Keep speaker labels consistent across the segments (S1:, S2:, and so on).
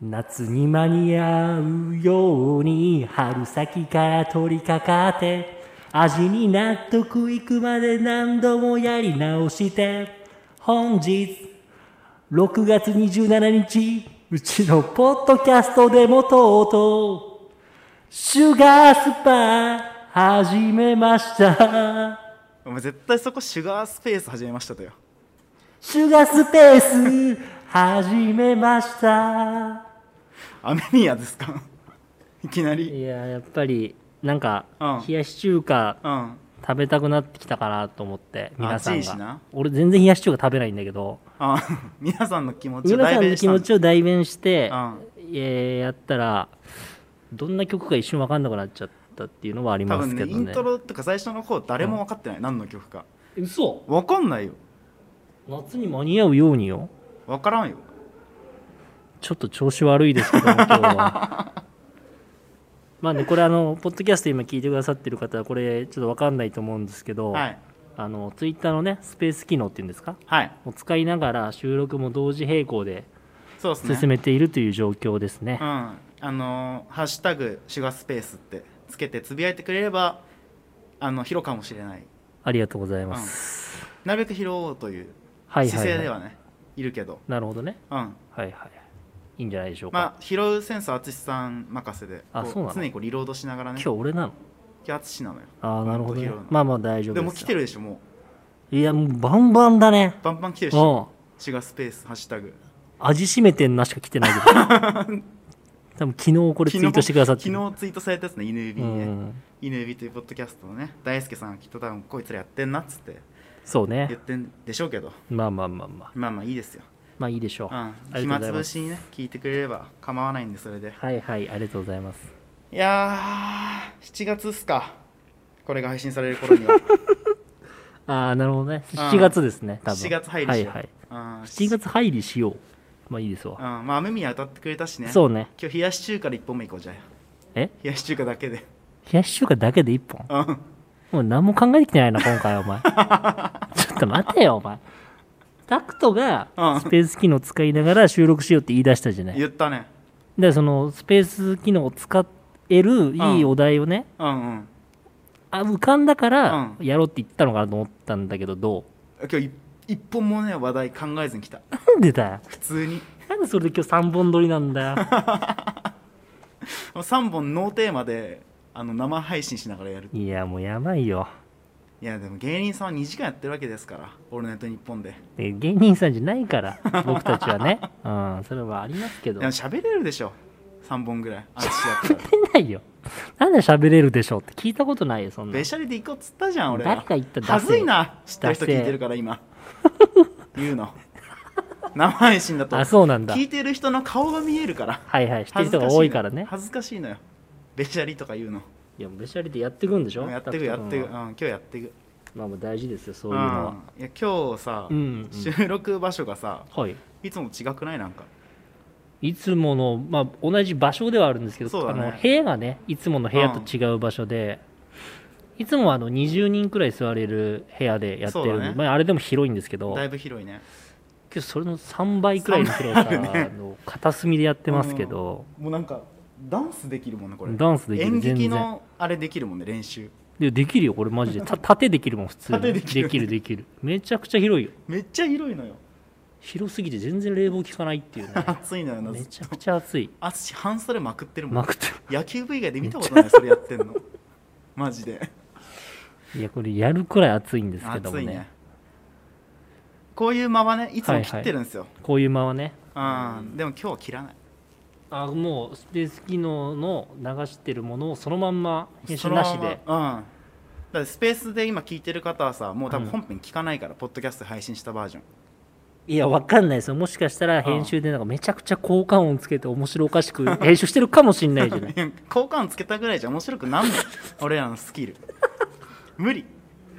S1: 夏に間に合うように春先から取り掛かって味に納得いくまで何度もやり直して本日6月27日うちのポッドキャストでもとうとうシュガースパ始めました
S2: お前絶対そこシュガースペース始めましたとよ
S1: シュガースペース始めました
S2: アメニアですか いきなり
S1: いややっぱりなんか
S2: うん
S1: 冷やし中華
S2: うん
S1: 食べたくなってきたかなと思って皆さん
S2: 暑いし
S1: が
S2: な
S1: 俺全然冷やし中華食べないんだけど
S2: あ 皆さんの気持ちを
S1: 皆さん
S2: 代
S1: の
S2: 弁し
S1: 気
S2: た
S1: 持
S2: んだ
S1: ちを代弁して、
S2: うん
S1: えーやったらどんな曲か一瞬分かんなくなっちゃったっていうのはあり
S2: 多
S1: ます
S2: 分
S1: け
S2: ね
S1: ど
S2: イ
S1: ね
S2: ントロとか最初の方誰も分かってない、何の曲か
S1: 嘘
S2: 分かんないよ
S1: 夏に間に合うようによ
S2: 分からんよ
S1: ちょっと調子悪いですけども今日は まあねこれあのポッドキャスト今聞いてくださってる方はこれちょっと分かんないと思うんですけど、
S2: はい
S1: あのツイッターのねスペース機能っていうんですか
S2: はい
S1: を使いながら収録も同時並行で
S2: そうですね
S1: 進めているという状況ですね
S2: うんあのーハッシュタグシュガースペース」ってつけてつぶやいてくれればあの拾うかもしれない
S1: ありがとうございます、
S2: なるべく拾おうという
S1: はいはい、
S2: 姿勢で
S1: は
S2: はねいるけど
S1: い、なるほどね
S2: うん
S1: はいはいいいんじゃないでしょうか、
S2: まあ拾うセンスは淳さん任せで
S1: あ
S2: こう
S1: そうなの
S2: 常にこうリロードしながらね
S1: 今日俺なの
S2: 今日淳なのよ
S1: ああなるほど、ね
S2: 本当広い、な
S1: まあまあ大丈夫
S2: で
S1: です
S2: も来て
S1: る
S2: るでしょも
S1: いやもうバンバンだね
S2: うバンバン来てるし
S1: うん
S2: シュガースペースハッシュタグ
S1: 味しめてんなしか来てないけど 多分昨日これツイートしてくださってる
S2: 昨日ツイートされたやつね犬指
S1: う
S2: ね、
S1: ん
S2: 犬指というポッドキャストのね大輔さんはきっと多分こいつらやってんなっつって
S1: そうね
S2: 言ってんでしょうけど
S1: まあまあまあまあ
S2: まあまあいいですよ、
S1: まあいいでしょう、
S2: う
S1: あ
S2: ん、
S1: り
S2: 暇
S1: がとうござ
S2: つ
S1: いま
S2: ぶ
S1: す
S2: しにね聞いてくれれば構わないんでそれで
S1: はいはいありがとうございます
S2: いやー7月っすかこれが配信される頃には
S1: ああなるほどね
S2: ん
S1: 7月ですね多分
S2: 7月入り
S1: は
S2: し
S1: い
S2: よう、
S1: はい
S2: うん
S1: 7月入りしようまあいいですわ
S2: うん、まあ雨宮歌ってくれたしね
S1: そうね
S2: 今日冷やし中華で1本目いこうじゃあ
S1: え
S2: 冷やし中華だけで
S1: 冷やし中華だけで1本
S2: うん
S1: もう何も考えてきてないな今回お前 ちょっと待てよお前タクトが
S2: うん
S1: スペース機能使いながら収録しようって言い出したじゃない
S2: 言ったね
S1: でそのスペース機能を使えるいいお題をね、
S2: うんうん
S1: あ浮かんだから
S2: う
S1: やろうって言ったのかなと思ったんだけどどう
S2: 今日い一本もね話題考えずに来た
S1: なんでだよ
S2: 普通に
S1: なんでそれで今日3本撮りなんだよ
S2: 3本ノーテーマであの生配信しながらやる
S1: いやもうやばいよ
S2: いやでも芸人さんは2時間やってるわけですから「オールナイトニッポンで
S1: で芸人さんじゃないから僕たちはねうんそれはありますけど
S2: でも喋れるでしょ3本ぐらいあっちだったら
S1: 喋れないよなんで喋れるでしょうって聞いたことないよそんな
S2: べしゃりで行こうっつったじゃん俺
S1: 誰か言った
S2: はずいな知ってる人聞いてるから今言うの生配信だと
S1: あそうなんだ
S2: 聞いてる人の顔が見えるから
S1: はいはい知ってる
S2: 恥
S1: 人
S2: ずか
S1: が
S2: しいの
S1: 多い
S2: よ
S1: からね
S2: 恥ずかしいのよべしゃりとか言うの
S1: いやもうべしゃりでやってくんでしょ
S2: やってくやってく、うん、
S1: まあ
S2: 今日やってく
S1: まあ大事ですよそうういうのは
S2: んいや今日さ、
S1: うんうん
S2: 収録場所がさ
S1: はい
S2: いつも違くないなんか
S1: いつもの、まあ、同じ場所ではあるんですけ
S2: そう
S1: ど、
S2: だ
S1: あ
S2: ね
S1: の部屋がねいつもの部屋と違う場所で、いつもはあの20人くらい座れる部屋でやって
S2: そ
S1: る
S2: うんだ
S1: で、
S2: ね
S1: まあ、あれでも広いんですけど
S2: だいぶ広いね
S1: けどそれの3倍くらいの広さ
S2: 三倍あるね
S1: の片隅でやってますけど、
S2: もうなんかダンスできるもんねこれ
S1: ダンスできる
S2: 演
S1: 全然
S2: 劇のあれできるもんね練習
S1: でできるよこれマ ジでた縦できるもん普通に
S2: 縦できる
S1: できるできるめちゃくちゃ広いよ
S2: めっちゃ広 いのよ
S1: 広すぎて全然冷房効かないって いうね
S2: 暑いのよな
S1: めちゃくちゃ暑い
S2: 淳半袖まくってるも
S1: ま
S2: ん
S1: くって
S2: 野球部以外で見たことないそれやってんのマジで
S1: るいやこれやるくらい暑いんですけどもね
S2: 暑いねこういう間はねいつも切ってるんですよ、
S1: こういう間はね
S2: うん、でも今日は切らない
S1: あもうスペース機能の流してるものをそのまんま編集
S2: そのま
S1: な
S2: ま
S1: しで
S2: うんだってスペースで今聞いてる方はさもう多分本編聞かないから、ポッドキャストで配信したバージョン
S1: いやわかんないですよもしかしたら編集でなんかめちゃくちゃ効果音つけて面白おかしく 編集してるかもしんないじゃ ない
S2: 効果音つけたぐらいじゃ面白くなん ない俺らのスキル 無理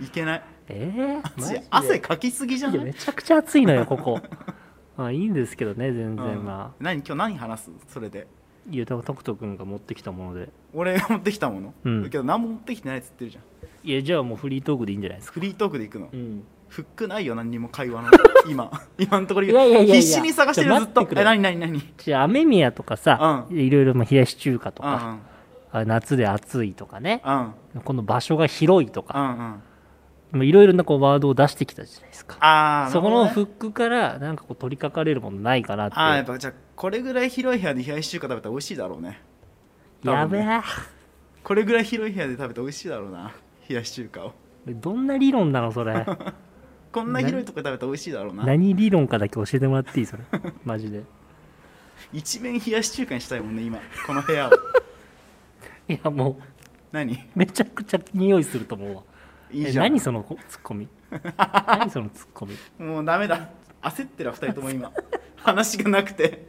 S2: いけない
S1: えー、マジで
S2: 汗かきすぎじゃ
S1: い
S2: な
S1: や
S2: い
S1: めちゃくちゃ暑いのよここ まあいいんですけどね全然
S2: うん
S1: まあ、
S2: 何今日何話すそれで
S1: ゆうたとくとくんが持ってきたもので
S2: 俺が持ってきたもの、
S1: うん
S2: だけど何も持ってきてないっつってるじゃん
S1: いやじゃあもうフリートークでいいんじゃないですか
S2: フリートークで行くの、
S1: うん
S2: フフックないよ何にも会話の今今のところ
S1: いやいやいやいや
S2: 必死に探して
S1: ちょ
S2: る
S1: 待
S2: ずっ
S1: って
S2: と
S1: くれ
S2: え何何何
S1: じゃあ雨宮とかさ、
S2: う
S1: いろいろまあ冷やし中華と
S2: うんう
S1: か、
S2: ん
S1: あ夏で暑いとかね、
S2: うん
S1: この場所が広いと
S2: う
S1: か、
S2: んうん
S1: まあいろいろなこうワードを出してきたじゃないですか。
S2: ああ
S1: そこのフックからなんかこう取り掛かれるものないかなって。
S2: ああやっぱじゃあこれぐらい広い部屋で冷やし中華食べたら美味しいだろうね
S1: やべ
S2: 多分
S1: え。
S2: これぐらい広い部屋で食べたら美味しいだろうな冷やし中華を
S1: どんな理論なのそ れ。
S2: こんな広いとこで食べたら美味しいだろうな
S1: 何理論かだけ教えてもらっていいそれ。 マジで。
S2: 一面冷やし中華にしたいもんね今この部 屋を
S1: いやも、
S2: 何いう
S1: めちゃくちゃ匂いすると思うわ。
S2: い
S1: え
S2: じゃん
S1: 何そのこツッ コミ何そのツッコミ
S2: もうダメだ焦ってるわ二人とも今話がなくて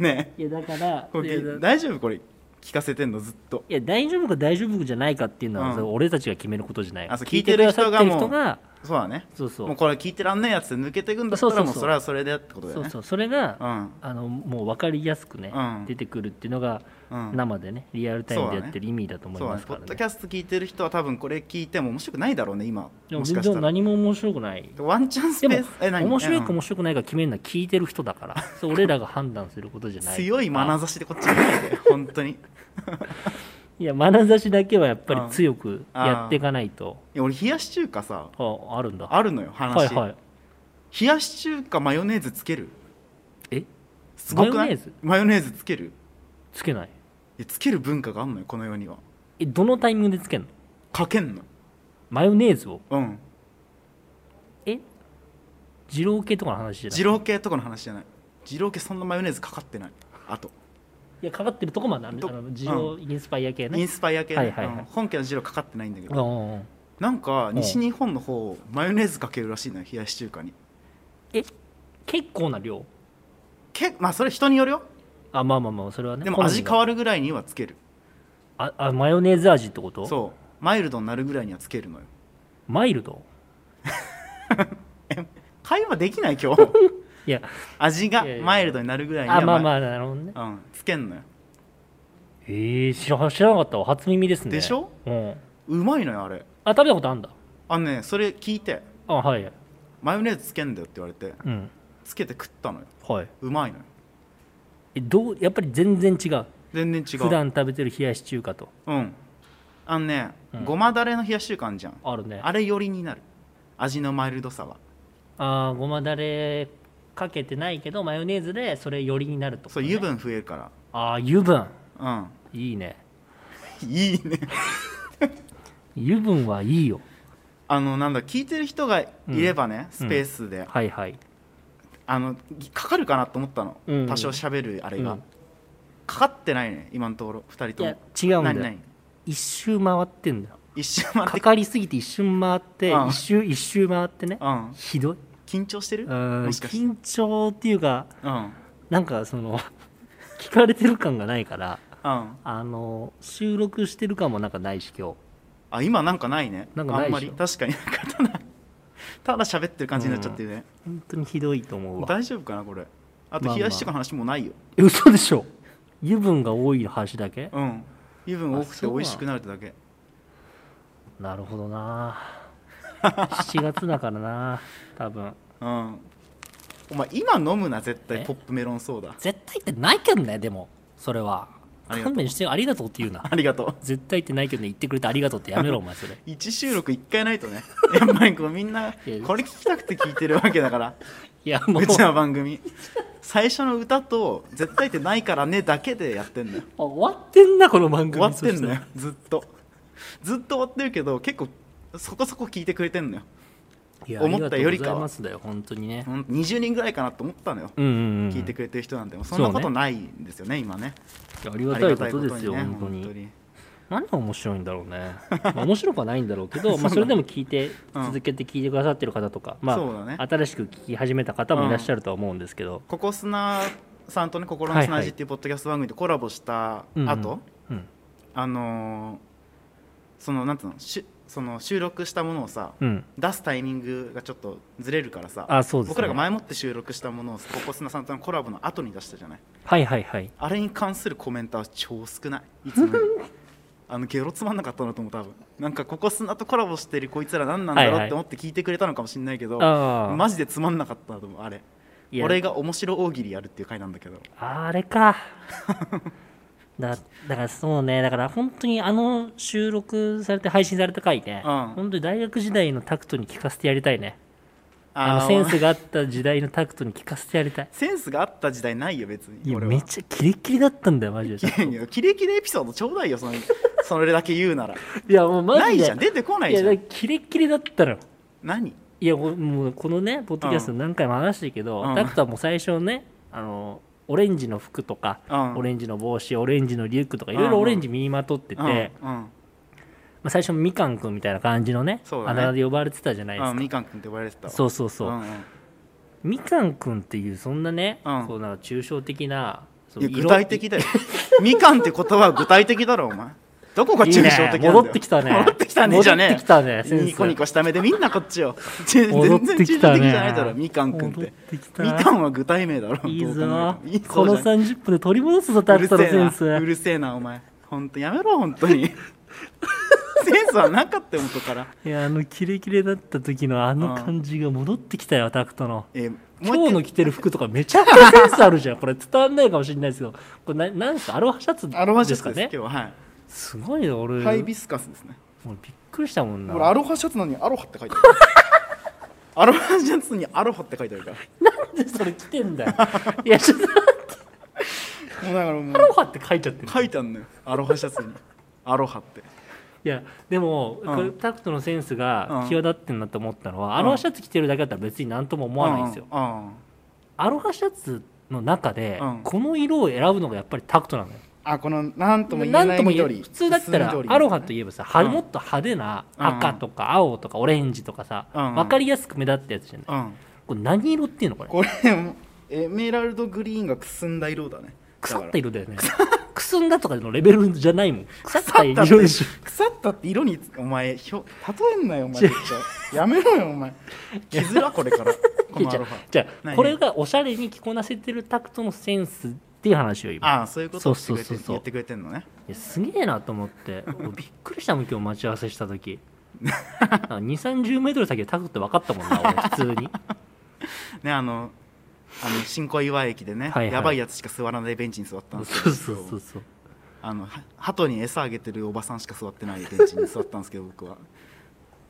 S2: ね
S1: いやだから
S2: えこ
S1: い
S2: れ
S1: やだ
S2: 大丈夫これ聞かせてんのずっと
S1: いや大丈夫か大丈夫じゃないかっていうのは、
S2: うん
S1: それ俺たちが決めることじゃない
S2: あそう
S1: くださってる人が
S2: そうだね
S1: そうそう
S2: もうこれ聞いてらんねえやつで抜けていくんだった
S1: そうそ
S2: ら
S1: うそう
S2: もうそれはそれでってことだ
S1: そ
S2: よ
S1: う
S2: ね
S1: そうそれが、
S2: うん
S1: あのもう分かりやすくね、
S2: うん
S1: 出てくるっていうのが、
S2: うん
S1: 生でねリアルタイムでやってる意味だと思い
S2: そうだ
S1: ま
S2: ね
S1: す
S2: ポ
S1: か
S2: ッ
S1: ら
S2: ド
S1: ね
S2: キャスト聞いてる人は多分これ聞いても面白くないだろうね今
S1: でも
S2: もし
S1: 全
S2: かした
S1: 然
S2: ら
S1: 何も面白くない
S2: ワンチャンスペ
S1: でも
S2: ースえ何
S1: 面白いか
S2: うん
S1: 面白くないか決めるのは聞いてる人だからそれ俺らが判断することじゃない
S2: 強い眼差しでこっち見ないで本当にい
S1: いや眼差しだけはやっぱり強くやっていかないと、
S2: や俺冷やし中華さ
S1: ああるんだ
S2: あるのよ話、
S1: はいはい
S2: 冷やし中華マヨネーズつける
S1: え
S2: すごくな
S1: マヨ
S2: い
S1: ネーズ
S2: マヨネーズつける
S1: つけない
S2: いやつける文化があんのよこの世には
S1: えどのタイミングでつけんの
S2: かけんの
S1: マヨネーズを
S2: うん
S1: え二郎系とかの話じゃない
S2: 二郎系とかの話じゃない二郎系そんなマヨネーズかかってないあと
S1: いやかかってるとこまである
S2: ど
S1: あの二郎インスパイア系
S2: イ
S1: ね
S2: ンスパイア系ね、
S1: はいはいはい
S2: うん本家の二郎かかってないんだけ
S1: う
S2: ど、
S1: んうんうん
S2: なんか西日本の方マヨネーズかけるらしいのよ冷やし中華に
S1: え結構な量
S2: けまあそれ人によるよ
S1: あまあまあまあそれはね
S2: でも味変
S1: る
S2: わるぐらいにはつける
S1: ああマヨネーズ味ってこと
S2: そうマイルドになるぐらいにはつけるのよ
S1: マイルド
S2: 会話できない今日
S1: いや
S2: 味が
S1: いやいや
S2: マイルドになるぐらいには
S1: あまあまあなるほどね
S2: あ、うん、つけんのよ
S1: ええ知ら知らなかったわ初耳ですね
S2: でしょ
S1: うん
S2: うまいのよあれ
S1: あ食べたことあんだ
S2: あのねそれ聞いて
S1: あはい
S2: マヨネーズつけんだよって言われて
S1: うん
S2: つけて食ったのよ
S1: はいう
S2: まいのよ
S1: えどうやっぱり全然違う
S2: 全然違う
S1: 普段食べてる冷やし中華と
S2: うんあのね、
S1: うん
S2: ごまだれの冷やし中華あんじゃん
S1: あるね
S2: あれ寄りになる味のマイルドさは
S1: あーごまだれかけてないけどマヨネーズでそれよりになると
S2: そう油分増えるか
S1: ああ油分
S2: ら
S1: いいね
S2: うん いいね
S1: 油分はいいよ
S2: あのなんだ聞いてる人がいればね、スペースで、
S1: はいはい
S2: あのかかるかなと思ったの、
S1: うん
S2: 多少喋るあれが、
S1: うん
S2: かかってないね今のところ2人とも
S1: いや違うんだよ
S2: 何何
S1: 一周回ってんだよ
S2: 一瞬待っ
S1: か
S2: て
S1: かりすぎて一瞬回って
S2: うん
S1: 一周一周回ってね
S2: うん
S1: ひどい
S2: 緊張してる
S1: うーん
S2: もしかして
S1: 緊張っていうか
S2: うんうん
S1: なんかその 聞かれてる感がないから
S2: あ
S1: あの収録してる感もなんかないし今日
S2: 今なんかないね
S1: なんかないで
S2: あ
S1: し
S2: ん
S1: ょ
S2: まり確かになんかただただ喋ってる感じになっちゃってるね、
S1: 本当にひどいと思うわ
S2: 大丈夫かなこれあ
S1: まあま
S2: と
S1: あ
S2: 冷やし中華の話もうないよ、
S1: え嘘でしょ油分が多い話だけ
S2: うん油分多くて
S1: あそう
S2: 美
S1: なん
S2: 味しくなるってだけ
S1: なるほど な7月だからな多分
S2: うんお前今飲むな絶対
S1: え
S2: ポップメロンソーダ
S1: 絶対ってないけどねでもそれは
S2: ありがとう
S1: 勘弁してよありがとうって言うな
S2: ありがとう
S1: 絶対ってないけどね言ってくれてありがとうってやめろお前それ
S2: 1収録1回ないとね やっぱりこうみんなこれ聞きたくて聞いてるわけだから
S1: いや もう
S2: うちの番組最初の歌と「絶対ってないからね」だけでやってんのよ
S1: 終わってんなこの 番組
S2: 終わってんの
S1: そし
S2: よ
S1: たら
S2: ずっとずっと終わってるけど結構そこそこ聞いてくれてんのよ
S1: いや
S2: 思ったよりかは
S1: あがとうございますだよ本当にね
S2: ほんと20人ぐらいかなと思ったのよ、
S1: うんうん、うん、
S2: 聞いてくれてる人なんてもうそんなことないんですよね今ね
S1: いやありがたいことですよ
S2: ありが
S1: 本当
S2: たいことにね
S1: に何が面白いんだろうね、まあ面白くはないんだろうけ ど、まあ、それでも聞いて
S2: うん
S1: 続けて聞いてくださってる方とか、ま
S2: そうだね
S1: あ、新しく聞き始めた方もいらっしゃるとは思うんですけど、
S2: ここ砂さんとね「心の砂
S1: はいは
S2: 地」
S1: い
S2: っていうポッドキャスト番組でコラボした後、
S1: うんうん
S2: あのーそのなんていうのしその収録したものをさ、
S1: うん
S2: 出すタイミングがちょっとずれるからさ
S1: あそうですね
S2: 僕らが前もって収録したものをここ砂さんとのコラボの後に出したじゃない
S1: はいはいはい
S2: あれに関するコメントは超少ないいつもよりあのゲロつまんなかったなと思う多分なんかここ砂とコラボしてるこいつら何なんだ
S1: はい
S2: ろ
S1: は
S2: う
S1: い
S2: って思って聞いてくれたのかもしれないけど、
S1: あー
S2: マジでつまんなかったなと思うあれ
S1: いや
S2: 俺が面白大喜利やるっていう回なんだけど
S1: あれか だだからそうねだから本当にあの収録されて配信された回ね、
S2: うん
S1: 本当に大学時代のタクトに聞かせてやりたいねあ
S2: ー
S1: のセンスがあった時代のタクトに聞かせてやりたい
S2: センスがあった時代ないよ別に
S1: いや
S2: 俺は
S1: めっちゃキレッキレだったんだよマジで
S2: いやキレキレエピソードちょうだい よそのそれだけ言うなら
S1: いやもうマジで
S2: ないじゃん出てこない
S1: い
S2: じ
S1: や
S2: ゃ
S1: だから
S2: ん
S1: キレッキレだったの
S2: 何
S1: いやもうもうこのねポッドキャスト何回も話してるけど、
S2: うん
S1: タクトはもう最初ねあのオレンジの服とか、
S2: うん
S1: オレンジの帽子オレンジのリュックとかいろい
S2: うんう
S1: ろ
S2: ん
S1: オレンジ身にまとってて、
S2: うんうん
S1: まあ、最初みかんくんみたいな感じのね
S2: そうだ
S1: あ
S2: ね
S1: だ名で呼ばれてたじゃないですか、
S2: うんみかんくんって呼ばれてたわ
S1: そううそうそう、
S2: んん
S1: みかんくんっていうそんなね、
S2: うん
S1: こうなんか抽象的なそ
S2: い
S1: の
S2: や
S1: 色
S2: 具体的だよみかんって言葉は具体的だろお前どこが抽
S1: いい
S2: 象
S1: ね
S2: 的なんだよ
S1: 戻ってきたね
S2: 戻ってきたねじゃねえ
S1: 戻ってきたねセンス
S2: ニコニコした目でみんなこっちを全然抽
S1: 戻
S2: 象
S1: って
S2: 的じ
S1: き
S2: ゃ
S1: たね
S2: ないだろみかんくんって
S1: 戻ってきた
S2: みかんは具体名だろ
S1: いい
S2: どう
S1: ぞ
S2: 考えてもいいぞ
S1: この
S2: じゃ
S1: 30分で取り戻すぞ
S2: な
S1: タ
S2: いう
S1: ク
S2: る
S1: ト
S2: せ
S1: のセン
S2: えなう
S1: ス
S2: るせえなお前ほんとやめろほんと にセンスはなかったよ元から
S1: いやあのキレキレだった時のあの感じが戻ってきたよタクトの
S2: えーも
S1: 今
S2: う一
S1: 日
S2: 回
S1: の着てる服とかめちゃくちゃセンスある じゃんこれ伝わんないかもしれないですけどこれななんですかアロハシャツ
S2: アロハシ
S1: で
S2: ャ
S1: す
S2: ツ
S1: か
S2: です
S1: ね
S2: 今日は、
S1: すごいね
S2: はい、
S1: 俺
S2: ハイビスカスですね
S1: もうびっくりしたもんな
S2: 俺アロハシャツなのにアロハって書いてある アロハシャツにアロハって書いてあるから
S1: なんでそれ着てんだよ。いや、ちょっと待って、
S2: もうだからも
S1: アロ
S2: う
S1: ハって書いちゃってる。
S2: 書いてあんのよアロハシャツにアロハって
S1: いや、でも、
S2: うん
S1: これタクトのセンスが
S2: うん
S1: 際立ってんなと思ったのは、アロハシャツ着てるだけだったら別になんとも思わないんですよ。
S2: うんうん
S1: アロハシャツの中で、
S2: うん
S1: この色を選ぶのがやっぱりタクトなのよ。
S2: あこのなんとも言
S1: な
S2: え
S1: ん
S2: ない
S1: とも言え
S2: 緑
S1: 普通だったら
S2: 薄緑
S1: アロハといえばさ、は
S2: うん
S1: もっと派手な赤とか青とかオレンジとかさ、
S2: うん
S1: 分かりやすく目立ったやつじゃない、
S2: うん
S1: これ何色っていうのこれ
S2: これエメラルドグリーンがくすんだ色だね
S1: 腐
S2: だ
S1: っ
S2: か
S1: た
S2: ら
S1: 色だよね くすんだとかのレベルじゃないもん腐った
S2: 腐ったっ
S1: 色でしてょ
S2: 腐ったって色にお前ひょ例えんなよお 前めっちゃやめろよお前着づらこれからこ
S1: いや
S2: の
S1: じ
S2: ア
S1: ゃ
S2: ロ
S1: あ
S2: ハ
S1: じゃあ
S2: 何
S1: これがおしゃれに着こなせてるタクトのセンスっていう話を今
S2: ああそういうことを
S1: そうそうそうそう
S2: 言ってくれてんのね
S1: いやすげえなと思って俺びっくりしたもん今日待ち合わせした時 2 3 0メートル先でタクトって分かったもんな俺普通に
S2: ねあのあの新小岩駅でね、
S1: はいはい
S2: やばいやつしか座らないベンチに座ったんですけ
S1: そう
S2: ど
S1: そうそうそう
S2: あのは鳩に餌あげてるおばさんしか座ってないベンチに座ったんですけど僕は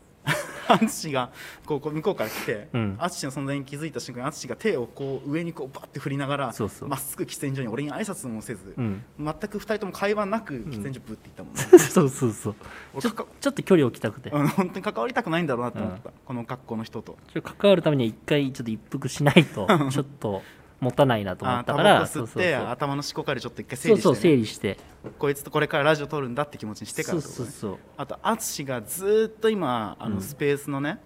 S2: 淳がこうこう向こうから来て
S1: うん
S2: 淳、の存在に気づいた瞬間に淳が手をこう上にこうバッて振りながら
S1: そうそう
S2: まっすぐ喫煙所に俺に挨拶もせず、
S1: うん
S2: 全く二人とも会話なく喫煙所ぶっていったもんね、
S1: そうそうそう
S2: 俺
S1: ちょ
S2: かか
S1: ちょっと距離を置きたくて、
S2: うん、本当に関わりたくないんだろうなと思った、この格好の人と
S1: ちょっと関わるためには一回ちょっと一服しない とちょっと持たないなと思っ
S2: あ
S1: た
S2: タ
S1: か
S2: バ
S1: ら
S2: コ
S1: そ
S2: 吸
S1: う
S2: っ
S1: そう
S2: て
S1: そう
S2: 頭の思考からちょっと一回整
S1: そうそ
S2: 理して、ね、
S1: う整理して
S2: こいつとこれからラジオ撮るんだって気持ちにしてから
S1: そ
S2: っ
S1: う
S2: てこと
S1: そうそ
S2: ね
S1: う
S2: あと淳がずーっと今あのスペースのね、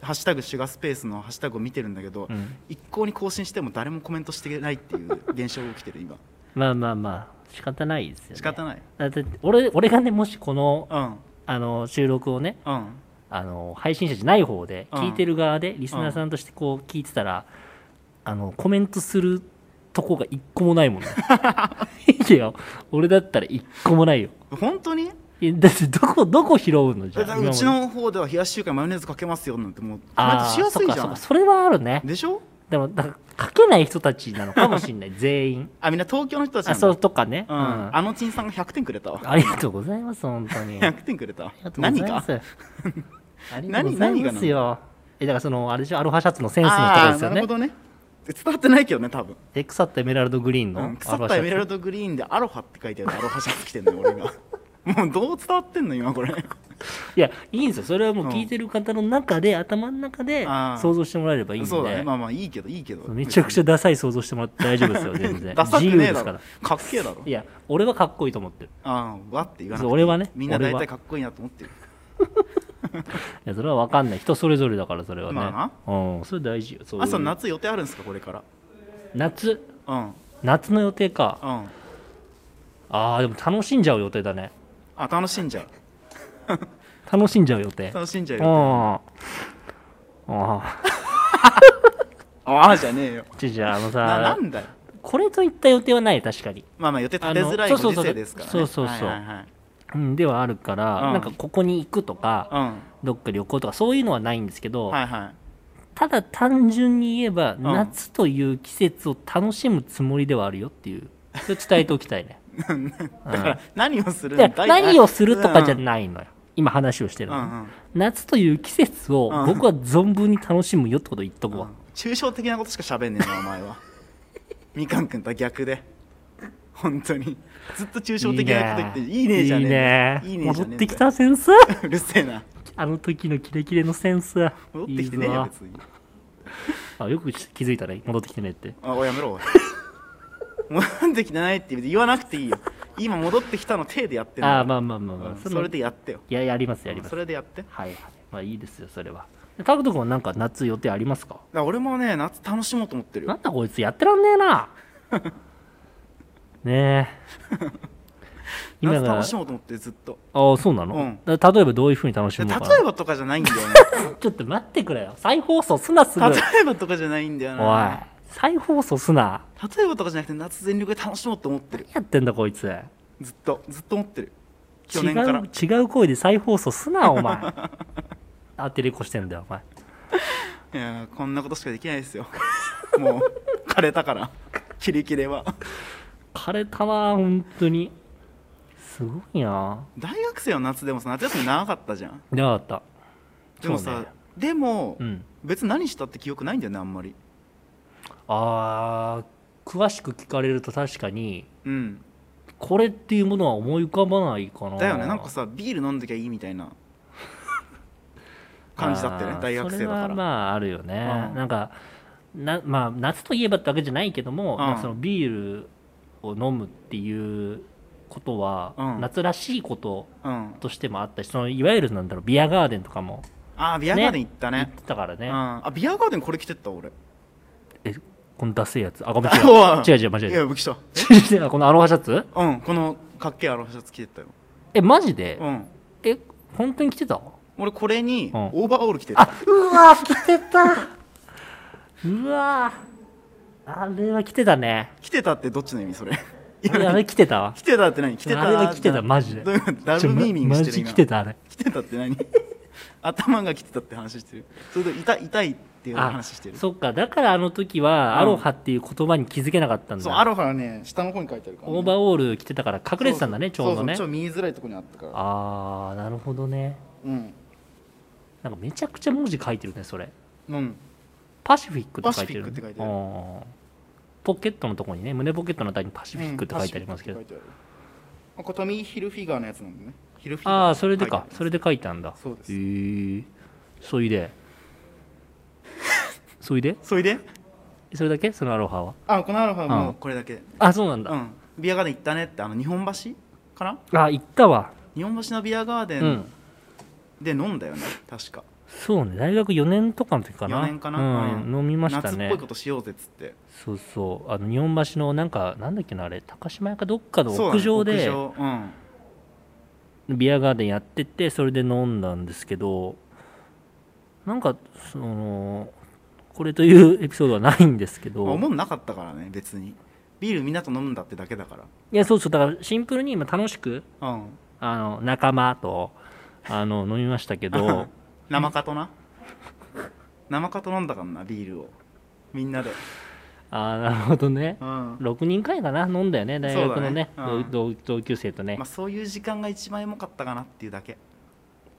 S2: ハッシュタグシュガースペースのハッシュタグを見てるんだけど、
S1: うん
S2: 一向に更新しても誰もコメントしてないっていう現象が起きて る今
S1: まあまあまあ仕方ないですよね
S2: 仕方ない
S1: だって俺俺がねもしこの
S2: うん
S1: あの収録をね
S2: うん
S1: あの配信者じゃない方で
S2: うん
S1: 聞いてる側でリスナーさんとしてこう聞いてたら、あのコメントするとこが一個もないもんね いや俺だったら一個もないよ
S2: 本当に
S1: いやだってどこどこ拾うのじ
S2: だ
S1: ゃ
S2: か
S1: あ
S2: らうち
S1: 今まで
S2: の方では冷やし中華にマヨネーズかけますよなんてもうコメント
S1: あ
S2: し
S1: ー
S2: やすいじ
S1: そっか
S2: ゃ
S1: そっか
S2: ん
S1: それはあるね
S2: でしょ
S1: でもだから書けない人たちなのかもしれない全 員
S2: あみんな東京の人たちな
S1: あ
S2: んだ
S1: そうとかね、
S2: うん
S1: うん
S2: あのちんさんが100点くれたわ
S1: ありがとうございます本当に
S2: 100点くれたわ
S1: ありがとうご
S2: 何
S1: ざいま
S2: が
S1: す。ありがとうござい
S2: 何
S1: ま
S2: が
S1: すよ。え、だからその、あれでしょ、アロハシャツのセンスのとこ
S2: あ
S1: で
S2: ー
S1: す
S2: な
S1: よ
S2: る
S1: ね。
S2: ほどね伝わってないけどね多分
S1: え、腐ったエメラルドグリーンの、
S2: うん腐ったエメラルドグリーンでアロハって書いてあるアロハシャツ着てんのよ俺が もうどう伝わってんの今これ
S1: いや、いいんですよ。それはもう
S2: うん
S1: 聞いてる方の中で、頭の中で
S2: あー
S1: 想像してもらえればいいんで。
S2: そうだねまあまあいいけどいいけど
S1: めちゃくちゃダサい想像してもらって大丈夫 ですよ、
S2: 別
S1: 全
S2: に
S1: 然。
S2: ダサく
S1: 自由
S2: ねえ
S1: で
S2: だ
S1: すか
S2: ろ
S1: ら。
S2: かっけえだろ
S1: いや、俺はかっこいいと思ってる。
S2: ああわって言わな
S1: そ
S2: く
S1: う
S2: て
S1: 俺はね
S2: みんな
S1: 俺は
S2: 大体かっこいいなと思ってる
S1: いや、それはわかんない。人それぞれだから、それはね。
S2: まあ
S1: うん、それ大事よ。そういう
S2: あそう夏予定あるんですかこれから
S1: 夏、
S2: うん
S1: 夏の予定か。
S2: うん
S1: ああ、でも楽しんじゃう予定だね。
S2: あ楽しんじゃう
S1: 楽しんじゃう予定。
S2: 楽しんじゃうよ
S1: あああ
S2: ああじゃねえよ
S1: あじゃああの
S2: なな
S1: さ
S2: んだよ
S1: これといった予定はない確かに
S2: まあまあ予定立てづらい
S1: あの
S2: ご
S1: そうそうそ
S2: 時
S1: う
S2: 世ですからね
S1: そうそうそう
S2: はいはいはい
S1: うん、ではあるから、
S2: うん
S1: なんかここに行くとか、
S2: う
S1: どっか旅行とかそういうのはないんですけど、
S2: んはいはい
S1: ただ単純に言えば、夏という季節を楽しむつもりではあるよっていうそれ伝えておきたい ね
S2: だから何をする
S1: いや
S2: 大体
S1: 何をするとかじゃ
S2: うん
S1: ないのよ今話をしてる
S2: う
S1: のね、
S2: んうん
S1: 夏という季節を
S2: うん
S1: 僕は存分に楽しむよってことを言っとくわ、
S2: 抽象的なことしか喋んねえな お前はみかんくんとは逆で本当にずっと抽象的なこと言っていいねえじゃねえ
S1: いいね
S2: いいねえ
S1: 戻
S2: じゃ
S1: っ
S2: ねえ
S1: てきたセンス
S2: うるせえな
S1: あの時のキレキレのセンス
S2: 戻ってきてねえ
S1: いい
S2: よ
S1: ぞ
S2: 別に
S1: あよく気づいたね戻ってきてねえって
S2: あおいやめろおい戻ってきてないって言わなくていいよ今戻ってきたの手でやってんだ
S1: ああまあまあまあまあ、
S2: うん
S1: そ
S2: そ
S1: の
S2: れでやってよ
S1: いややりますやります
S2: それでやってだか
S1: はいはいまあいいですよそれはタクト君はなんか夏予定ありますから
S2: 俺もね夏楽しもうと思ってる
S1: な
S2: よ
S1: んだこいつやってらんねえな ねえ今
S2: 夏
S1: があ
S2: 楽しもうと思ってるずっと
S1: あそうなの、だ例えばどういうふうに楽し
S2: で
S1: む
S2: 例
S1: のかな
S2: えばとかじゃないんだよ ね
S1: ちょっと待ってくれよ再放送すなすぐおい
S2: 例えばとかじゃないんだよな
S1: 再放送すな
S2: 例えばとかじゃなくて夏全力で楽しもうと思ってる
S1: 何やってんだこいつ違
S2: ずっとずっと思ってる去年から
S1: う違う声で再放送すな お前当てれこしてんだよお前
S2: いやーこんなことしかできないですよ もう枯れたからキレキレは
S1: 枯れたな本当にすごいな
S2: 大学生の夏でもさ夏休み長かったじゃん
S1: でなかった
S2: でもさ、
S1: そうね
S2: でも、
S1: うん
S2: 別に何したって記憶ないんだよねあんまり
S1: あー詳しく聞かれると確かに
S2: うん
S1: これっていうものは思い浮かばないかな
S2: だよねなんかさビール飲んできゃいいみたいな感じだったよね
S1: あー
S2: 大学生だ
S1: そ
S2: か
S1: れは
S2: ら、
S1: まああるよね、
S2: うん
S1: なんかな、まあ、夏といえばってわけじゃないけども、
S2: ん
S1: まあ、そのビールを飲むっていうことは、
S2: うん
S1: 夏らしいこと
S2: うん、
S1: としてもあったしそのいわゆるなんだろうビアガーデンとかも
S2: あービアガーデン行ったね
S1: 行ってたから
S2: う
S1: ね、
S2: ん、あビアガーデンこれ着てった俺
S1: えこのダセいやつあごめ ん違
S2: あ
S1: う違う違う間違
S2: い
S1: え
S2: や武器した
S1: た違 う違うこのアロハシャツ
S2: うんこのかっけえアロハシャツ着てったよ
S1: えマジで、
S2: うん
S1: え本当に着てた
S2: 俺これに
S1: うん
S2: オーバーオール着てた、
S1: うわー着てたうわーあれは着てたね
S2: 着てたってどっちの意味それ い
S1: あれ
S2: や
S1: あれ着てたわ
S2: 着てたって何着てた
S1: あれは着てたマジで
S2: どういうことダ
S1: ち
S2: ブ
S1: ょ
S2: ル
S1: ま
S2: ミーミングして
S1: マ
S2: る
S1: ジ
S2: 今
S1: 着てたあれ
S2: 着てたって何 頭が着てたって話してるそれと痛い痛いっていう
S1: あ
S2: 話してる
S1: そっかだからあの時はアロハっていう言葉に気づけなかったんだ、
S2: そうアロハはね下の方に書いてあるからね、
S1: オーバーオール着てたから隠れてたんだねちょうどね
S2: そそ見えづらいとこにあったから
S1: ああなるほどね
S2: うん
S1: なんかめちゃくちゃ文字書いてるねそれ
S2: うん
S1: パシフィックって書いてる、ね、
S2: パシフィックって書いてある
S1: あーポケットのとこにね胸ポケットのあたりにパシフィックって書いてありますけど、
S2: うんパシフィックって書いてあるまあこれトミー・ヒルフィガーのやつなんだねヒルフィガー
S1: ああそれでかそ
S2: れ
S1: れで書いたんだ
S2: そうです
S1: へえそいでそいで
S2: それで
S1: それだけそのアロハは
S2: あこのアロハはも
S1: うん
S2: うこれだけ
S1: あそうなんだ、
S2: うんビアガーデン行ったねってあの日本橋かな
S1: あ行ったわ
S2: 日本橋のビアガーデ
S1: うん、
S2: ンで飲んだよね確か
S1: そうね大学4年とかの時かな
S2: 4年かな、
S1: うん
S2: うん
S1: 飲みました
S2: 夏っ
S1: ね
S2: ぽいことしようぜっつって
S1: そうそうあの日本橋のなんかなんだっけなあれ高島屋かどっかの
S2: そうだね
S1: 屋上で
S2: 屋上うん
S1: ビアガーデンやっててそれで飲んだんですけどなんかそのこれというエ ピソードはないんですけど
S2: まあ、思んなかったからね別にビールみんなと飲むんだってだけだか
S1: いやそうそうだからシンプルに今楽しく
S2: らうん
S1: あの仲間とあの飲みましたけ ど
S2: 生かとな生かと飲んだからなビールをみんなで
S1: あーなるほどね
S2: うんま
S1: 6人くらいかな飲んだよね大学のね
S2: そうだねうん
S1: 同同級生とね、
S2: あそういう時間が一番エモかったかなっていうだけ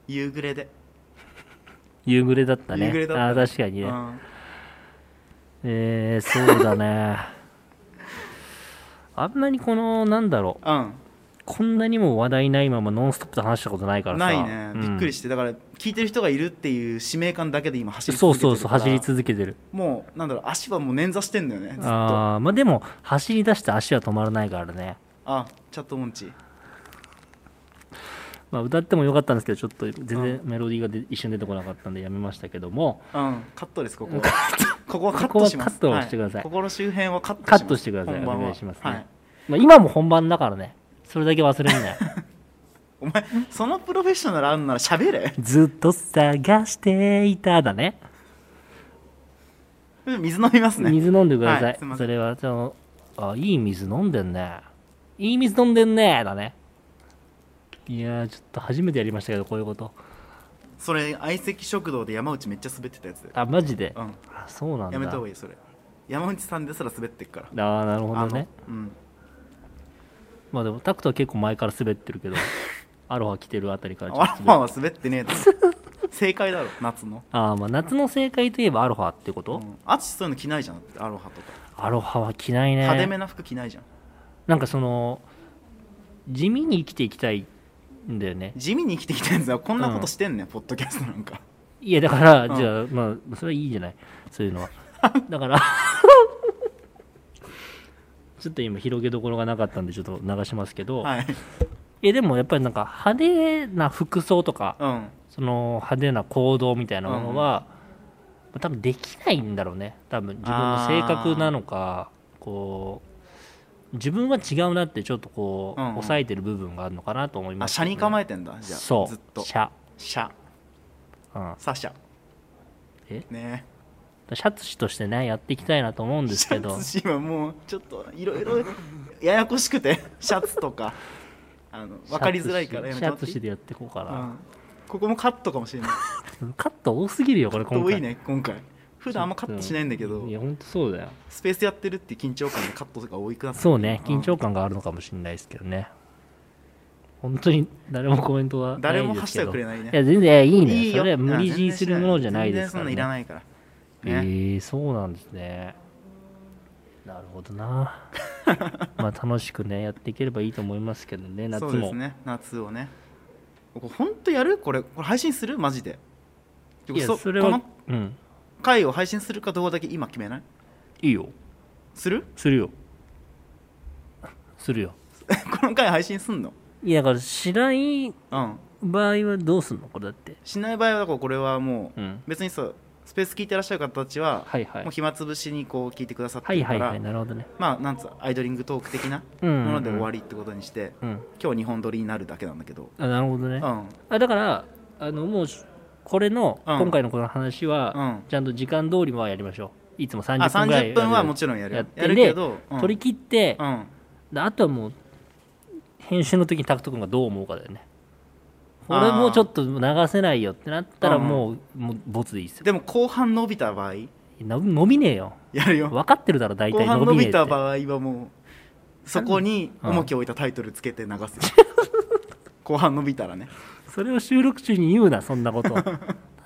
S2: 夕暮れで、
S1: 夕暮れだったね
S2: 夕暮れだったね
S1: あー確かにね、
S2: うん
S1: えー、そうだね あんまりこのなんだろう
S2: うん
S1: こんなにも話題ないままノンストップと話したことないからさ
S2: ないねびっくり
S1: し
S2: して、だから聞いてる人がいるっていう使命感だけで今走り
S1: そう
S2: 続けてる
S1: そ
S2: から
S1: うそう走り続けてる
S2: もうなんだろう足はもう捻挫してんだよねずっとあ
S1: あーまあでも走り出して足は止まらないからね
S2: チャットモンチ
S1: まあ、歌ってもよかったんですけどちょっと全然メロディーがで一瞬出てこなかったんでやめましたけども
S2: うんカットですここはここはカッ
S1: ここ
S2: ト
S1: は
S2: します
S1: カットしてください
S2: はここの周辺はカットしま
S1: カ
S2: す
S1: ットしてください
S2: 本
S1: お
S2: 番は
S1: 願いしますね、
S2: はい
S1: まあ、今も本番だからねそれだけ忘れ んなよ
S2: お前そのプロフェッショナルあんなら喋れ
S1: ずっと探していただね
S2: 水飲みますね
S1: 水飲んでください,、
S2: はいすいま
S1: そ
S2: せん
S1: れはそのあいい水飲んでんねいい水飲んでんねだねいやーちょっと初めてやりましたけどこういうこと
S2: それ相席食堂で山内めっちゃ滑ってたやつ
S1: あマジで、
S2: うん
S1: あそうなんだ
S2: やめた方がいいそれ山内さんですら滑ってっから
S1: ああなるほどね
S2: あのうん
S1: まあでもタクトは結構前から滑ってる けどアロハ着てるあたりからちょっ
S2: ア
S1: と
S2: ロ
S1: 滑
S2: マ
S1: っ
S2: は滑ってね えだろ正解だろ夏の、
S1: あーまあ夏の正解といえばアロハってこ
S2: う
S1: と、
S2: ん、アチそういうの着ないじゃんだってアロハとか
S1: アロハは着ないね
S2: 派手めな服着ないじゃん
S1: なんかその地味に生きていきたいんだよね
S2: 地味に生きてきてんぞこんなことしてんね、ん、ポッドキャストなんか
S1: いやだから、
S2: うん
S1: じゃあまあそれはいいじゃないそういうのは だから ちょっと今広げどころがなかったんでちょっと流しますけど、
S2: はい
S1: いやでもやっぱりなんか派手な服装とか
S2: うん
S1: その派手な行動みたいなものは、多分できないんだろうね多分自分の性格なのかこう自分は違うなってちょっとこう、
S2: うんうん
S1: 抑えてる部分があるのかなと思いま
S2: あ
S1: す、
S2: 車に構
S1: え
S2: えてんだじゃあ
S1: そう
S2: ずっと
S1: シャ、
S2: シャ
S1: うん、
S2: サシャ
S1: え
S2: ね
S1: シャツ師としてねやっていきたいなと思うん
S2: え
S1: ですけど
S2: シャツ今もうちょっといろい ろややこしくてシャツとかあの分かりづらいからや
S1: シ
S2: めて
S1: ャ
S2: もら
S1: ツ
S2: ってい
S1: 師
S2: い
S1: でやっていこうか
S2: う
S1: な、
S2: んここもカットかもしれない
S1: カット多すぎるよこれ今
S2: 遠
S1: 回
S2: いね今回普段あんまカットしないんだけど
S1: いやほんとそうだよ
S2: スペースやってるって緊張感でカットが多いくなってる
S1: そうね緊
S2: う
S1: 張感があるのかもしれないですけどね本当に誰もコメントはないですけど
S2: 誰もハッシュタグくれないね
S1: や全然いいね
S2: いいよ
S1: それは無理強いするものじゃないですから、ね、
S2: 全然そんないらないから
S1: え
S2: ね
S1: ー、そうなんですねなるほど なまあ楽しくねやっていければいいと思いますけどね夏
S2: そうで
S1: も、
S2: すね夏をねこれ本当やるこれこれ配信するマジで
S1: いや
S2: そ
S1: それ
S2: こ
S1: は
S2: の
S1: うん
S2: 回を配信するかどうかだけ今決めない
S1: いいよ
S2: する
S1: するよするよ
S2: この回配信すんの
S1: いやだからしない
S2: うん
S1: 場合はどうすんのこれだって
S2: しない場合はだからこれはもう、
S1: うん
S2: 別にそうスペース聞いてらっしゃる方たちは、
S1: はいはい
S2: もう暇つぶしにこう聞いてくださって
S1: は
S2: る
S1: い
S2: か
S1: は
S2: ら、
S1: いはいなるほどね
S2: まあなんつうアイドリングトーク的な
S1: うんうんうん
S2: もので終わりってことにして、
S1: うん
S2: 今日日本撮りになるだけなんだけど、
S1: あなるほどね
S2: うん、
S1: あだからあのもうしこれの、
S2: うん
S1: 今回のこの話は、
S2: うん
S1: ちゃんと時間通りはやりましょういつも
S2: あ
S1: 30分ぐらい
S2: 30分はもちろんやる
S1: や
S2: よ
S1: って
S2: やるけど、
S1: で取り切って
S2: う、ん、
S1: であとはもう編集の時にタクト君がどう思うかだよねこ
S2: あ
S1: れ
S2: ー
S1: もうちょっと流せないよってなったら
S2: うんうん
S1: もう,、もうボツでいいですよ
S2: でも後半伸びた場合
S1: な伸びねえよ
S2: やるよ
S1: 分かってるだろ大
S2: 後
S1: 体
S2: 半
S1: 伸
S2: 伸
S1: びねえ
S2: び
S1: って
S2: た場合はもうそこに
S1: うん
S2: 重きを置いたタイトルつけて流すよ 後半伸びたらね
S1: それを収録中に言うなそんなこと なん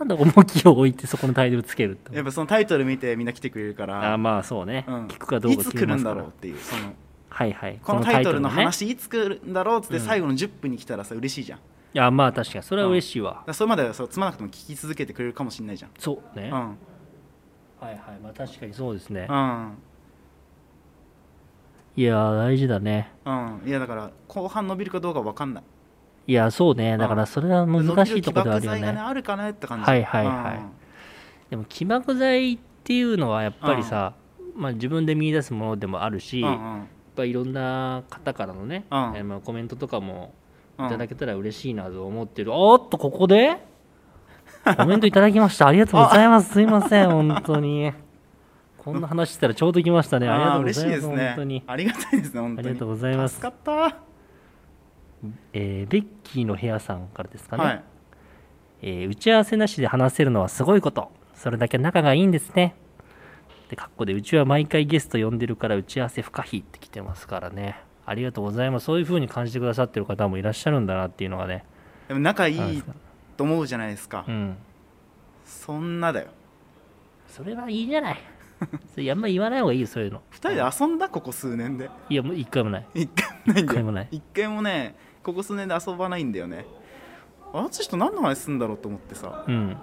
S1: で重きを置いてそこのタイトルつけるって
S2: やっぱそのタイトル見てみんな来てくれるか
S1: あ
S2: ら
S1: ーまあそうね、
S2: うん
S1: 聞くかどうか
S2: いつ
S1: 決め
S2: 来る
S1: ま
S2: ん
S1: すか
S2: だ
S1: ら
S2: ろうっていうその
S1: はいはい
S2: このタイトルの
S1: ね
S2: 話いつ来るんだろうっつって最後の10分に来たらさ嬉しいじゃんだか
S1: いやまあ確かにそれは嬉しいわ、
S2: らそれまではそうつまなくても聞き続けてくれるかもしれないじゃん
S1: そうね、
S2: う
S1: はい
S2: ん
S1: はいまあ確かにそうですね、
S2: うん
S1: いやー大事だね
S2: うんいやだから後半伸びるかどうか分かんない
S1: いやそうねだからそれは難しいところではあるよ
S2: 伸びる起爆剤がね
S1: ね
S2: あるかなって感じ
S1: はいはいはいでも起爆剤っていうのはやっぱりさ、まあ、自分で見出すものでもあるし、
S2: うんう
S1: やっ
S2: ん
S1: ぱいろんな方からのね、
S2: うん
S1: えーまあ、コメントとかも
S2: うん
S1: いただけたら嬉しいなと思ってる、おっとここ でコメントいただきましたありがとうございますすいません本当にこんな話したらちょうど来ましたねありがとうございます
S2: あー
S1: 本当に
S2: ありがたいですね本当に
S1: ありがとうございます
S2: 助かった、
S1: えーベッキーの部屋さんからですかね、
S2: はい
S1: えー打ち合わせなしで話せるのはすごいことそれだけ仲がいいんですねでかっこでうちは毎回ゲスト呼んでるから打ち合わせ不可避って来てますからねありがとうございますそういう風に感じてくださってる方もいらっしゃるんだなっていうのがね
S2: でも仲
S1: なん
S2: い
S1: で
S2: い
S1: すか
S2: と思うじゃないですか、
S1: うん
S2: そんなだよ
S1: それはいいじゃない それあんま言わない方がいいよそういうの
S2: 2人で遊んだここ数 年で
S1: いやもう一回もない
S2: 一回もないん
S1: 一
S2: だ
S1: 回
S2: よ
S1: もない
S2: 一回もねここ数年で遊ばないんだよねあの人何の話すんだろうと思ってさ
S1: うん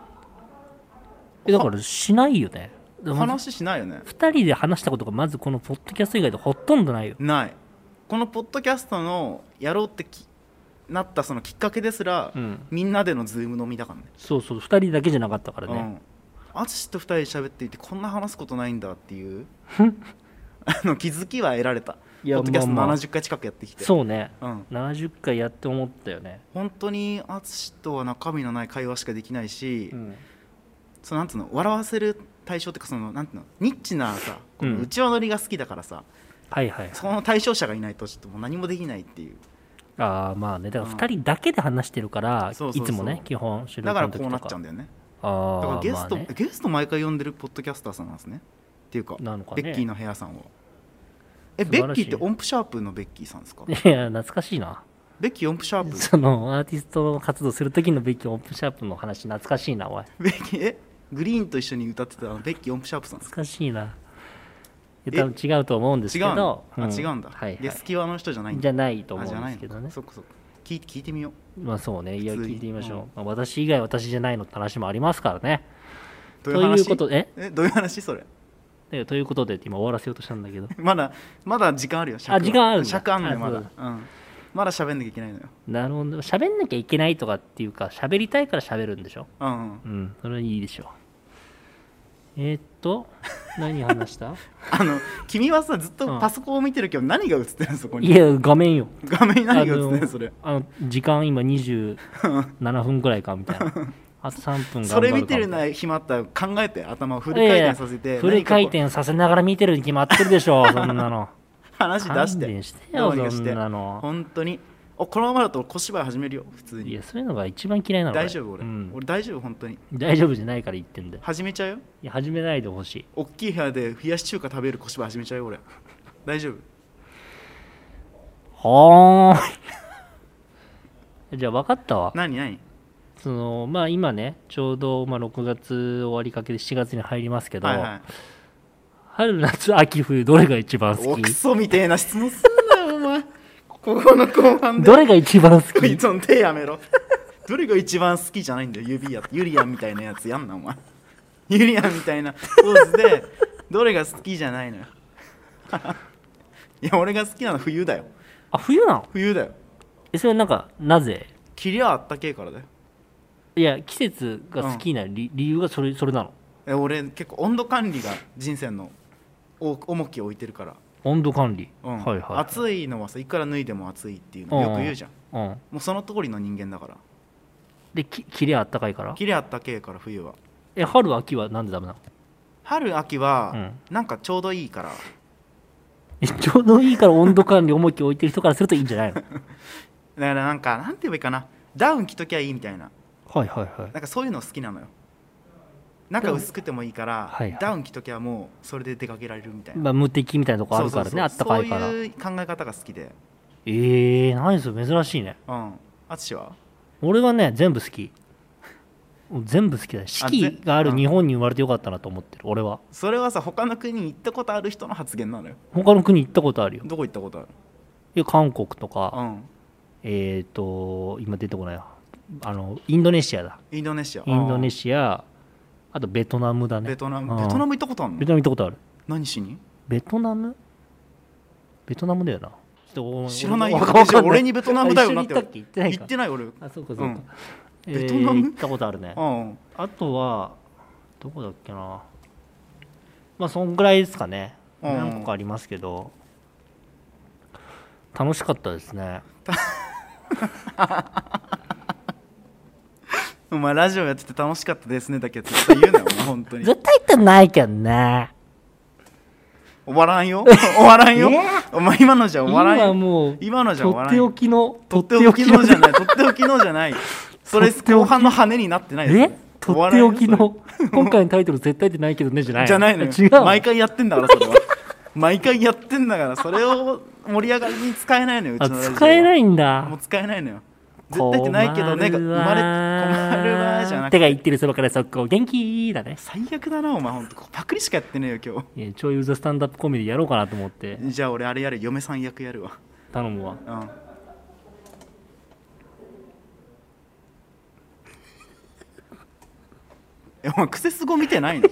S1: えだからしないよね2
S2: 話しないよね
S1: 人で話したことがまずこのポッドキャスト以外でほとんどないよ
S2: ないこのポッドキャストのやろうってきなったそのきっかけですら、
S1: うん
S2: みんなでのズーム飲みだからね
S1: そうそう2人だけじゃなかったから
S2: う
S1: ね、
S2: ん淳と2人で喋っていてこんな話すことないんだっていう あの気づきは得られた
S1: いや
S2: ポッドキャスト
S1: まあまあ
S2: 70回近くやってきて、
S1: そうね
S2: うん、
S1: 70回やって思ったよね、
S2: 本当に淳とは中身のない会話しかできないし、
S1: ん、
S2: そのなんつうの笑わせる対象っていうかそのなんていうのニッチなさ
S1: う
S2: この
S1: ん
S2: 内輪乗りが好きだからさ、
S1: はいはい
S2: その対象者がいないとちょっともう何もできないっていう
S1: ああまあねだから2人だけで話してるから、
S2: そうそ
S1: い
S2: うそう
S1: つもね基本収
S2: だ
S1: 録
S2: から
S1: の
S2: こ
S1: 時
S2: う
S1: と
S2: な
S1: か
S2: っちゃうんだよね
S1: ああ
S2: だからゲスト、
S1: まあね
S2: ゲスト毎回呼んでるポッドキャスターさんなんですねっていうか
S1: なのかね
S2: ベッキーの部屋さんをえ
S1: 素
S2: ベ
S1: 晴
S2: ッ
S1: ら
S2: キ
S1: しい
S2: ーって音符シャープのベッキーさんですか
S1: いや懐かしいな
S2: ベッキー音符シャープ
S1: そのアーティスト活動する時のベッキーオープンシャープの話懐かしいなおい
S2: ベッキーえグリーンと一緒に歌ってたあのベッキー音符シャープさんですか
S1: 懐かしいな
S2: え
S1: いや多分違うと思うんです
S2: 違
S1: け
S2: うの
S1: ど、
S2: あ違うんだ、
S1: はい、
S2: で
S1: は
S2: スキワの人じゃない
S1: い、
S2: ん
S1: じ
S2: だ
S1: ゃないと
S2: あ
S1: 思
S2: じ
S1: う
S2: ゃ
S1: ん
S2: な
S1: で
S2: い
S1: すけど
S2: のか
S1: ね
S2: そっかそっか聞い聞いてみよう
S1: まあそうねいや
S2: 普通に
S1: 聞いてみましょう、まあ私以外私じゃないのって話もありますからね
S2: どういう話
S1: ということで
S2: えどういう話それ
S1: でということでって今終わらせようとしたんだけど
S2: まだまだ時間あるよ尺は
S1: あ時間あるんだ
S2: 尺あんのよ
S1: あ
S2: まだ
S1: そう
S2: うんまだ喋んなきゃいけないのよ
S1: なるほど喋んなきゃいけないとかっていうか喋りたいから喋るんでしょ
S2: うん、うん
S1: うんそれはいいでしょうえーっ と何話した
S2: あの君はさずっ
S1: う
S2: と
S1: ん
S2: パソコンを見てるけど何が映ってるのそこ
S1: い
S2: に
S1: や画面よ
S2: 画面に何が映ってる
S1: あ
S2: の
S1: の
S2: それ
S1: あの時間今27分ぐらいかみたいな あと3分頑張るか
S2: それ見てる
S1: い
S2: な暇あったら考えて頭をフル
S1: や
S2: 回
S1: いや
S2: 転させて
S1: フル回
S2: 何か
S1: 転させながら見てるに決まってるでしょそんなの
S2: こう 話出して
S1: 勘弁してよ
S2: どうにか
S1: そんなの
S2: 本当におこのままだと小芝居始めるよ普通
S1: い
S2: に
S1: やそういうのが一番嫌いなの
S2: 大丈夫俺、
S1: うん
S2: 俺大丈夫本当に
S1: 大丈夫じゃないから言ってんだよ
S2: 始めちゃうよ
S1: いや始めないでほしい
S2: 大きい部屋で冷やし中華食べる小芝居始めちゃうよ俺大丈夫
S1: はーいじゃあ分かったわ
S2: 何何
S1: そのまあ今ねちょうどまあ6月終わりかけで7月に入りますけど、
S2: はいはい
S1: 春夏秋冬どれが一番好
S2: お
S1: き
S2: クソみてえな質問すんなよお前ここの後半で
S1: どれが一番好
S2: こい
S1: き
S2: つの手やめろどれが一番好きじゃないんだよ指やユリアンみたいなやつやんなお前ユリアンみたいなポーズでどれが好きじゃないのよ いや俺が好きなの冬だよ
S1: あ冬なの
S2: 冬だよ
S1: えそれなんかなぜ
S2: 霧はあったけえからだよ
S1: いや季節が好きな理,、理由がそれそれなの
S2: え俺結構温度管理が人生のお重きを置いてるから、
S1: 温度管理、
S2: うん
S1: はいはい
S2: 暑いのはさいくら脱いでも暑いっていうのよく言うじゃん、
S1: ん、うん、
S2: もうその通りの人間だから
S1: でき切れあったかいから
S2: 綺麗あったけえから冬は
S1: え春秋はなんでダメなの
S2: 春秋は
S1: うん
S2: なんかちょうどいいから、
S1: えちょうどいいから温度管理重きを置いてる人からするといいんじゃ ないの
S2: だからなんかなんて言えばいいかなダウン着ときゃいいみたいな
S1: はいはいはい
S2: なんかそういうの好きなのよ中薄くてもいいから、
S1: はいはい
S2: ダウン着ときゃもうそれで出かけられるみたいな、
S1: まあ、無敵みたいなとこあるからねあったかいから
S2: そういう考え方が好きで
S1: ええー、何それ珍しいね
S2: うん淳は
S1: 俺はね全部好き全部好きだね四季がある日本に生まれてよかったなと思ってる俺は
S2: それはさ他の国に行ったことある人の発言なのよ
S1: 他の国行ったことあるよ
S2: どこ行ったことある
S1: いや韓国とか
S2: うん
S1: えっ、と今出てこないわあのインドネシアだ
S2: インドネシア
S1: インドネ
S2: シ
S1: シアあとベトナムだね
S2: ベトナ
S1: う
S2: ム
S1: ん
S2: ベトナム行ったことある
S1: ベ
S2: の
S1: トナム行ったことある
S2: 何しに
S1: ベトナムベトナムだよなちょっとお
S2: 知らないよ
S1: わかんわかんない
S2: 俺にベトナムだよな
S1: あ一緒に行ったっけ行ってない
S2: 行
S1: か
S2: ってない俺
S1: あそうかそうか、
S2: うん
S1: えー
S2: ベトナム
S1: 行ったことあるね
S2: うん
S1: あとはどこだっけなまあそんぐらいですかね
S2: うん
S1: 何個かありますけど楽しかったですね
S2: お前ラジオやってて楽しかったですねだけは絶対言うなよお前本 当に
S1: 絶対行ってないけどね
S2: 終わらんよ終わらんよ
S1: え
S2: お前今のじゃ終わらん
S1: 今
S2: よ
S1: もう
S2: 今のじゃ
S1: と
S2: 終わ
S1: っ
S2: らん
S1: て
S2: よ
S1: おきの
S2: とっておきのじゃないとっておきのじゃないそれ
S1: とっておき
S2: 後半の羽になってない
S1: え
S2: よそれ
S1: とっておき
S2: 終わらん
S1: の
S2: よ
S1: 今回のタイトル絶対ってないけどねじゃ
S2: そ
S1: な
S2: れ
S1: い
S2: じゃないのよ
S1: 違うわ
S2: 毎回やってんだからそれは 毎回やってんだからそれを盛り上がりに使えないのようち
S1: あ
S2: のラジオは
S1: 使えないん
S2: も
S1: だ
S2: う使えないのよ絶対ってないけどね
S1: 困
S2: が生
S1: る
S2: ま
S1: わ
S2: れ困るわじゃなく
S1: て
S2: て
S1: か言ってるそのから速攻元気だね
S2: 最悪だなお前ほんとパクリしかやってねえよ今
S1: いや超ユーザースタンダップコメディやろうかなと思って
S2: 日じゃあ俺あれやる嫁さん役やるわ
S1: 頼むわ
S2: うんえお前クセスゴ見てないの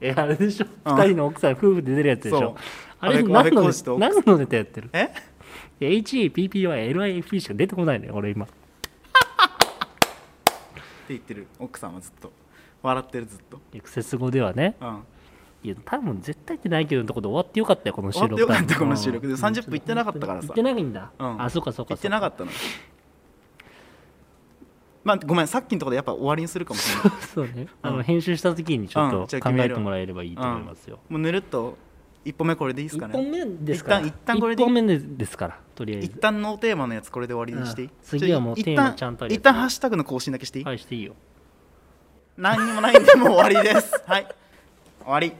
S1: えあれでしょ
S2: うん
S1: 2人の奥さん夫婦で出るやつでし
S2: そう
S1: ょあれ
S2: 安倍
S1: 何
S2: 安倍
S1: の
S2: 浩二と奥
S1: 何のネタやってる
S2: え
S1: HAPPYLIFP しか出てこないのよ俺今
S2: って言ってる奥さんはずっと笑ってるずっと
S1: クセス語ではね
S2: うん
S1: いや多分絶対ってないけどのとこで終わってよかったよこの収
S2: 終わっ
S1: 録
S2: てよかったこの収録で
S1: うん
S2: 30分行ってなかったから
S1: 行
S2: さ
S1: ってないんだ、
S2: うん
S1: あそうかそう
S2: 行
S1: か
S2: っ
S1: そ
S2: て
S1: う
S2: なかったのまあごめんさっきのところでやっぱ終わりにするかもし れない
S1: そうねあの編集した時にちょっ
S2: うん
S1: と
S2: じゃあ
S1: 考
S2: 決め
S1: え
S2: る
S1: てもらえればいいと思いますよ、
S2: もうぬるっと1本目これでいいですか
S1: 1
S2: ね
S1: 本目ですから
S2: 一旦一旦これでい
S1: 一
S2: い
S1: 本目でですからとりあえ
S2: 一
S1: ず
S2: 旦のテーマのやつこれで終わりにしていい
S1: うん次はもう
S2: ちょ
S1: テーマちゃんとあるや
S2: 一
S1: つ
S2: 旦一旦ハッシュタグの更新だけしていい、
S1: はいしていいよ
S2: 何にもないんでもう終わりですはい終わり